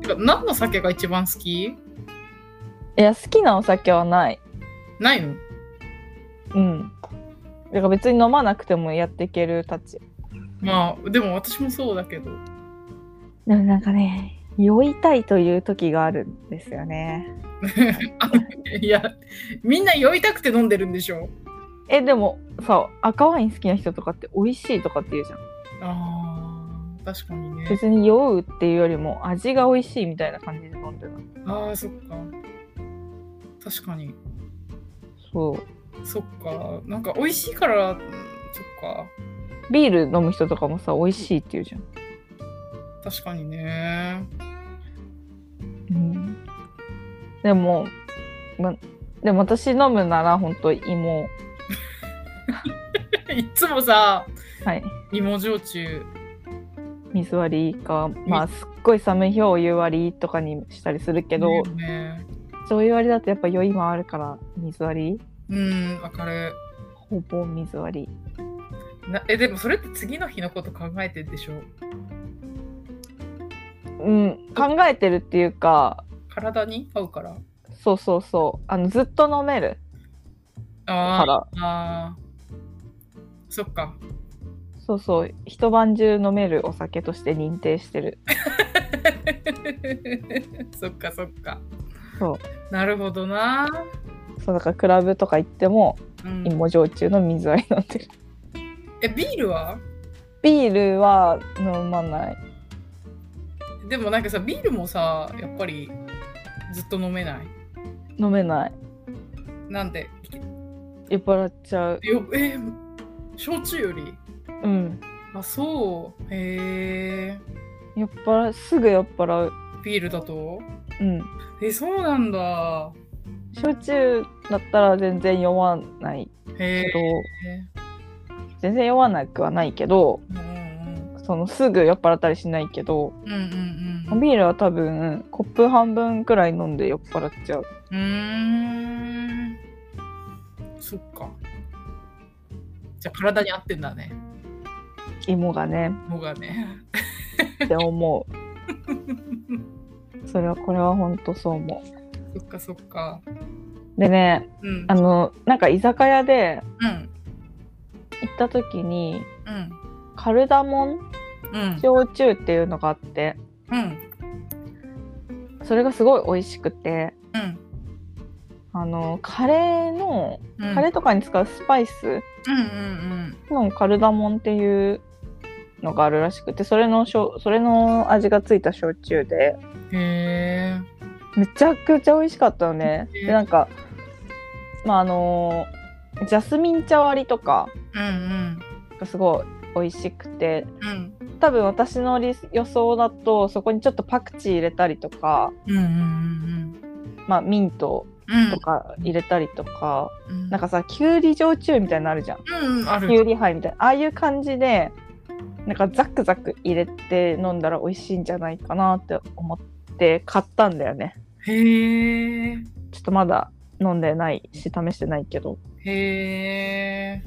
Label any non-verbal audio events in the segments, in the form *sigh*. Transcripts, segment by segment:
てか何の酒が一番好きいや好きなお酒はないないのうんだから別に飲まなくてもやっていけるたちまあでも私もそうだけどでもなんかね酔いたいという時があるんですよねあいやみんな酔いたくて飲んでるんでしょえでもさ赤ワイン好きな人とかって美味しいとかって言うじゃんあー確かにね別に酔うっていうよりも味が美味しいみたいな感じで飲んでるのあーそっか確かにそうそっかなんか美味しいからうんそっかビール飲む人とかもさ美味しいって言うじゃん、確かにね *laughs* うん、でも、ま、でも私飲むなら本当芋いっつもさはい芋焼酎水割りかまあすっごい寒い日はお湯割りとかにしたりするけど、いいよねお湯割りだとやっぱ酔いもあるから水割りうんわかるほぼ水割りなえでもそれって次の日のこと考えてるでしょうん考えてるっていうか体に合うからそうそうそうあのずっと飲めるあかーらあーそっか *laughs* そうそう一晩中飲めるお酒として認定してるそっかそっかそうなるほどな、そうだからクラブとか行ってもうん芋焼酎の水割り飲んでる *laughs* えビールはビールは飲まないでもなんかさビールもさやっぱりずっと飲めない飲めないなんで酔っ払っちゃうよえー焼酎よりうんあそうへえ酔っ払うすぐ酔っ払うビールだとうんえそうなんだ焼酎だったら全然酔わないへけえど、全然酔わなくはないけどうんうんそのすぐ酔っ払ったりしないけどうんうんうんビールは多分コップ半分くらい飲んで酔っ払っちゃううーんそっかじゃあ体に合ってんだね芋がねのがね *laughs* って思うそれはこれは本当そう思そっかそっかうでねうんあのなんか居酒屋でうん行った時にうんカルダモンうん焼酎っていうのがあってうんそれがすごい美味しくてうんあのカレーのうんカレーとかに使うスパイスうんうんのカルダモンっていうのがあるらしくてそれのしょそれの味がついた焼酎でうんへめちゃくちゃ美味しかったよね。うんでなんかまああのジャスミン茶割りとかえうんがすごい美味しくてうんうん多分私の理予想だとそこにちょっとパクチー入れたりとか、うんうんうんまあ、ミントうんとか入れたりとか、うんなんかさきゅうり焼酎みたいなのあるじゃんうんうんあきゅうるり杯みたいなああいう感じでなんかザクザク入れて飲んだら美味しいんじゃないかなって思って買ったんだよねへえちょっとまだ飲んでないし試してないけどへえ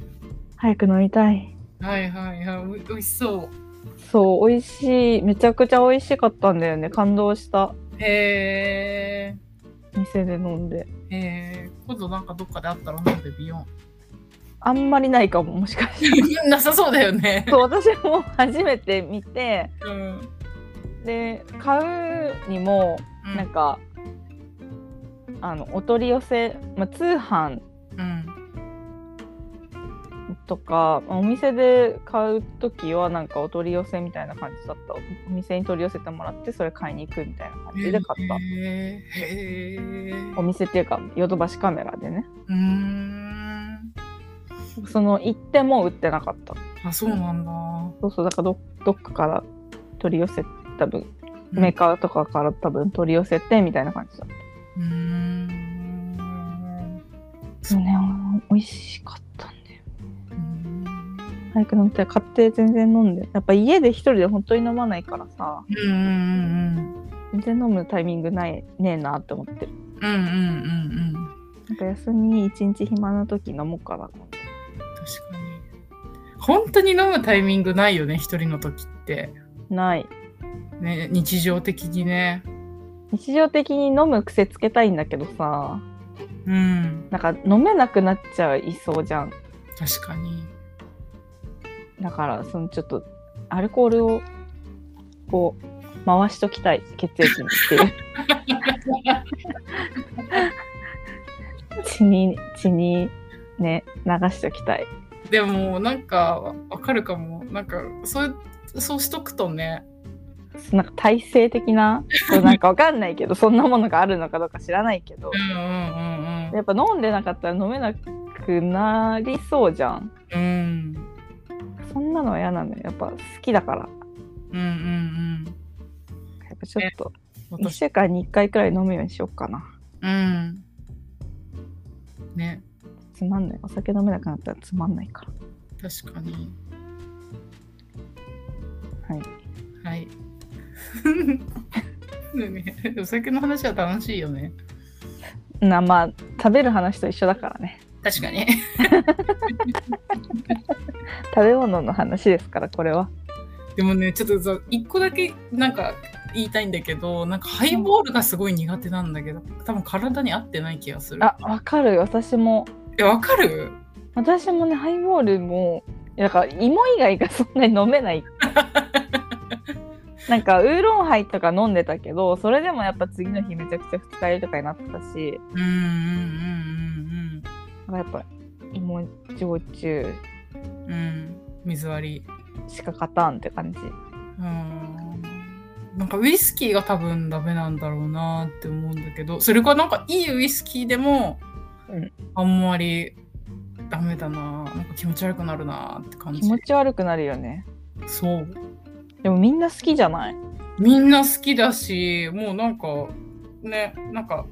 早く飲みたいはいはいはいおおいしそうそう美味しいめちゃくちゃ美味しかったんだよね感動したへ店で飲んでえへえ今度なんかどっかであったら飲んでみよあんまりないかももしかしてうなさそうだよね *laughs* そう私も初めて見てうんで買うにもうんなんか、あのお取り寄せ、まあ、通販うんとかまあお店で買う時はなんかお取り寄せみたいな感じだったお店に取り寄せてもらってそれ買いに行くみたいな感じで買った、へえへえお店っていうかヨドバシカメラでねうーんその行っても売ってなかったあそうなんだそうそうだからどどっかから取り寄せ多分メーカーとかから多分取り寄せてみたいな感じだったうーんそうね美味しかったんだようーん早く飲みたい買って全然飲んでやっぱ家で一人で本当に飲まないからさうんうん全然飲むタイミングないねえなって思ってるうんうんうんうんうんなんか休み一日暇な時飲もうかな確かに本当に飲むタイミングないよね一人の時ってないね日常的にね日常的に飲む癖つけたいんだけどさうんなんか飲めなくなっちゃいそうじゃん確かにだからそのちょっとアルコールをこう回しときたい血液にっていう *laughs* 血に血にね流しときたいでもなんかわかるかもなんかそうそうしとくとねなんか体制的なこうなんかわかんないけどそんなものがあるのかどうか知らないけどうんうんやっぱ飲んでなかったら飲めなくなりそうじゃんうんうんうんそんなのは嫌なのよやっぱ好きだからうんうんやっぱちょっとうん1週間に1回くらい飲むようにしようかなうんねつまんないお酒飲めなくなったらつまんないから確かにはいはい *laughs* ねお酒の話は楽しいよねなまあ食べる話と一緒だからね確かに食べ物の話ですからこれはでもねちょっとさ一個だけなんか言いたいんだけどなんかハイボールがすごい苦手なんだけど多分体に合ってない気がするあわかる私もえわかる私もねハイボールもいやだから芋以外がそんなに飲 *laughs* めないなんかウーロンハイとか飲んでたけどそれでもやっぱ次の日めちゃくちゃ二日酔いとかになってたしうんうんうんなんかやっぱ芋焼酎うんうんうん水割りしか勝たんって感じうんなんかウイスキーが多分ダメなんだろうなって思うんだけどそれかなんかいいウイスキーでも、うんあんまりダメだななんか気持ち悪くなるなって感じ気持ち悪くなるよねそうでもみんな好きじゃないみんな好きだしもうなんかねなんか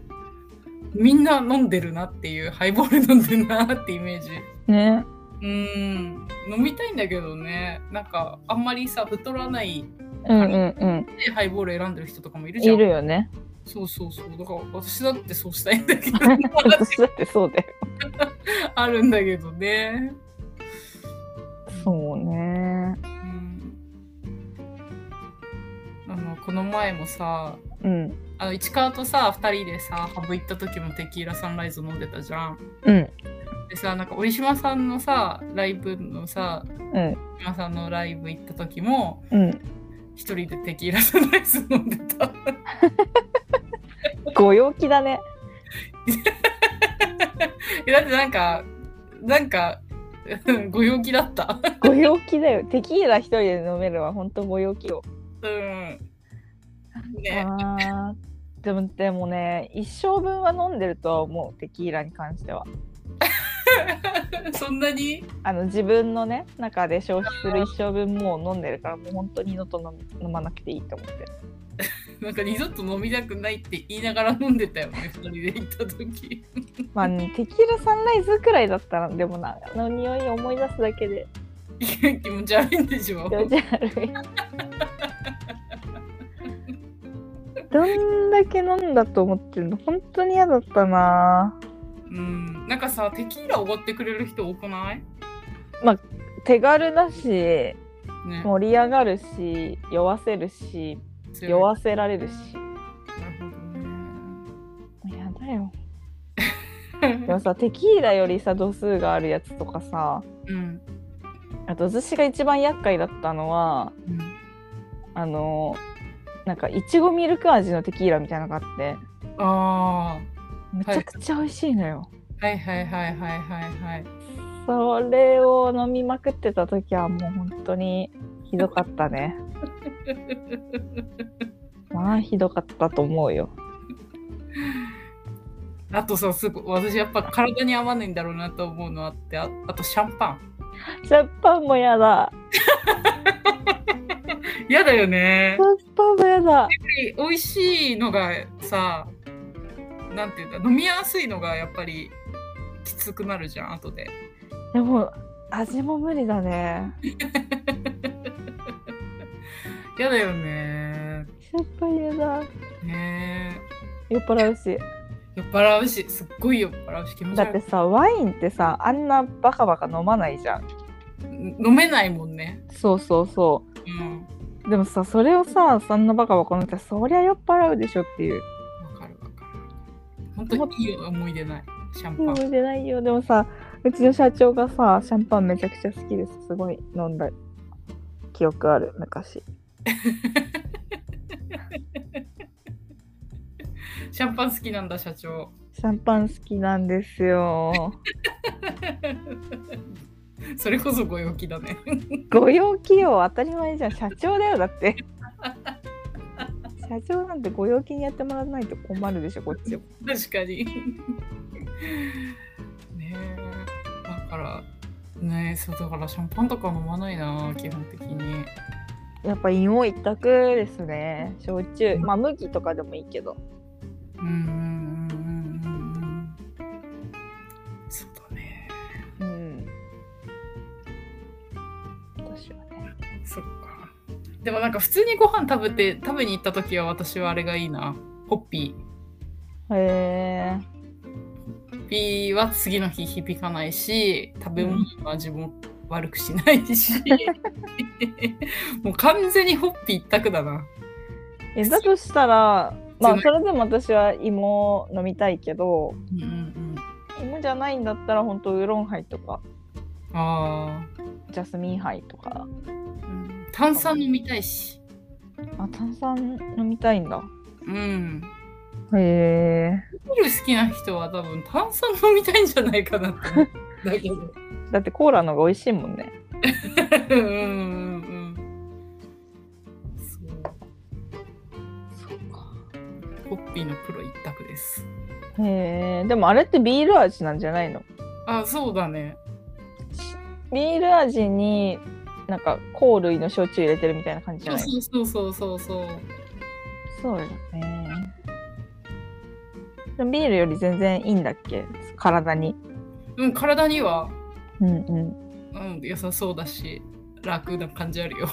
みんな飲んでるなっていうハイボール飲んでるなってイメージねうん飲みたいんだけどねなんかあんまりさ太らないうんうんうんでハイボール選んでる人とかもいるいじゃんるよねそうそうそうだから私だってそうしたいんだけど *laughs* 私だってそうだよあるんだけどねそうねうんあのこの前もさうんあの市川とさ2人でさハブ行った時もテキーラサンライズ飲んでたじゃんうんでさなんか折島さんのさライブのさうん折島さんのライブ行った時もうん一人でテキーラサンライズ飲んでた *laughs* ご陽気だねえだってなんかなんか *laughs* うんご陽気だったご陽気だよテキーラ一人で飲めるは本当ご陽気ようんねあーでもでもね一生分は飲んでるとは思うテキーラに関してはそんなにあの自分のね中で消費する一生分もう飲んでるからもう本当に二度と飲み飲まなくていいと思ってなんか二度と飲みたくないって言いながら飲んでたよね二人で行った時 *laughs* まあ、テキーラサンライズくらいだったらでもなあの匂いを思い出すだけで気持ち悪いんでしょ気持ち悪いどんだけ飲んだと思ってるの本当に嫌だったなうんなんかさテキーラおごってくれる人多くない手軽だしね盛り上がるし酔わせるし強い酔わせられるしなるほどやだよねでもさテキーラよりさ度数があるやつとかさうんあと私が一番厄介だったのはうんあのなんかいちごミルク味のテキーラみたいなのがあってあめちゃくちゃ美味しいのよ、あはいはいはいはいはいはいそれを飲みまくってた時はもう本当にひどかった *laughs* ねまあひどかったと思うよあとさすごい私やっぱ体に合わないんだろうなと思うのあってああとシャンパンシャンパンもやだ嫌だよねシャンパンもやだ美味しいのがさなんていうんだ飲みやすいのがやっぱりきつくなるじゃん後ででも味も無理だね嫌だよねシャンパンやだね酔っ払うし酔っ払うしすっごい酔っ払うし気持ちだっ悪ていさワインってさあんなバカバカ飲まないじゃん飲めないもんねそうそうそうんうでもさそれをさそんなバカバカなってそりゃ酔っ払うでしょっていうわかるわかる。本当にいい思い出ない。シャンパ思ン。い出ないよでもさうちの社長がさシャンパンめちゃくちゃ好きですすごい飲んだ記憶ある昔シャンパン好きなんだ、社長。 *laughs* シャンパン好きなんですよそれこそご陽気だね。ご用気を当たり前じゃん社長だよだって社長なんてご用気にやってもらわないと困るでしょこっちも確かに。ねえ。だから、ねえ、そうだからシャンパンとか飲まないな、基本的に。やっぱ芋一択ですね焼酎まあ麦とかでもいいけどうんうんうんうんうんうん。そうだね。うん私はねそっか。でもなんか普通にご飯食べて、食べに行った時は私はあれがいいな。ホッピー。へえホッピーは次の日響かないし、食べ物の味も悪くしない *laughs* し。もう完全にホッピー一択だな。えだとしたらま強あいそれでも私は芋飲みたいけうどんうんうん。芋じゃないんだったら本当ウーロンハイとかああ、ジャスミンハイとかうん炭酸飲みたいし。あ炭酸飲みたいんだうん。へえビール好きな人は多分炭酸飲みたいんじゃないかなって思う。だ *laughs* けど。だってコーラの方が美味しいもんねうんうんうんうん。そう。そうかホッピーのプロ一択です。へえでもあれってビール味なんじゃないのあ、そうだね。ビール味になんか香類の焼酎入れてるみたいな感じじゃそうないそうそうそうそう。そうだねでもビールより全然いいんだっけ体にうん、体には、うんうん *laughs* うん、良さそうだし、楽な感じあるよ。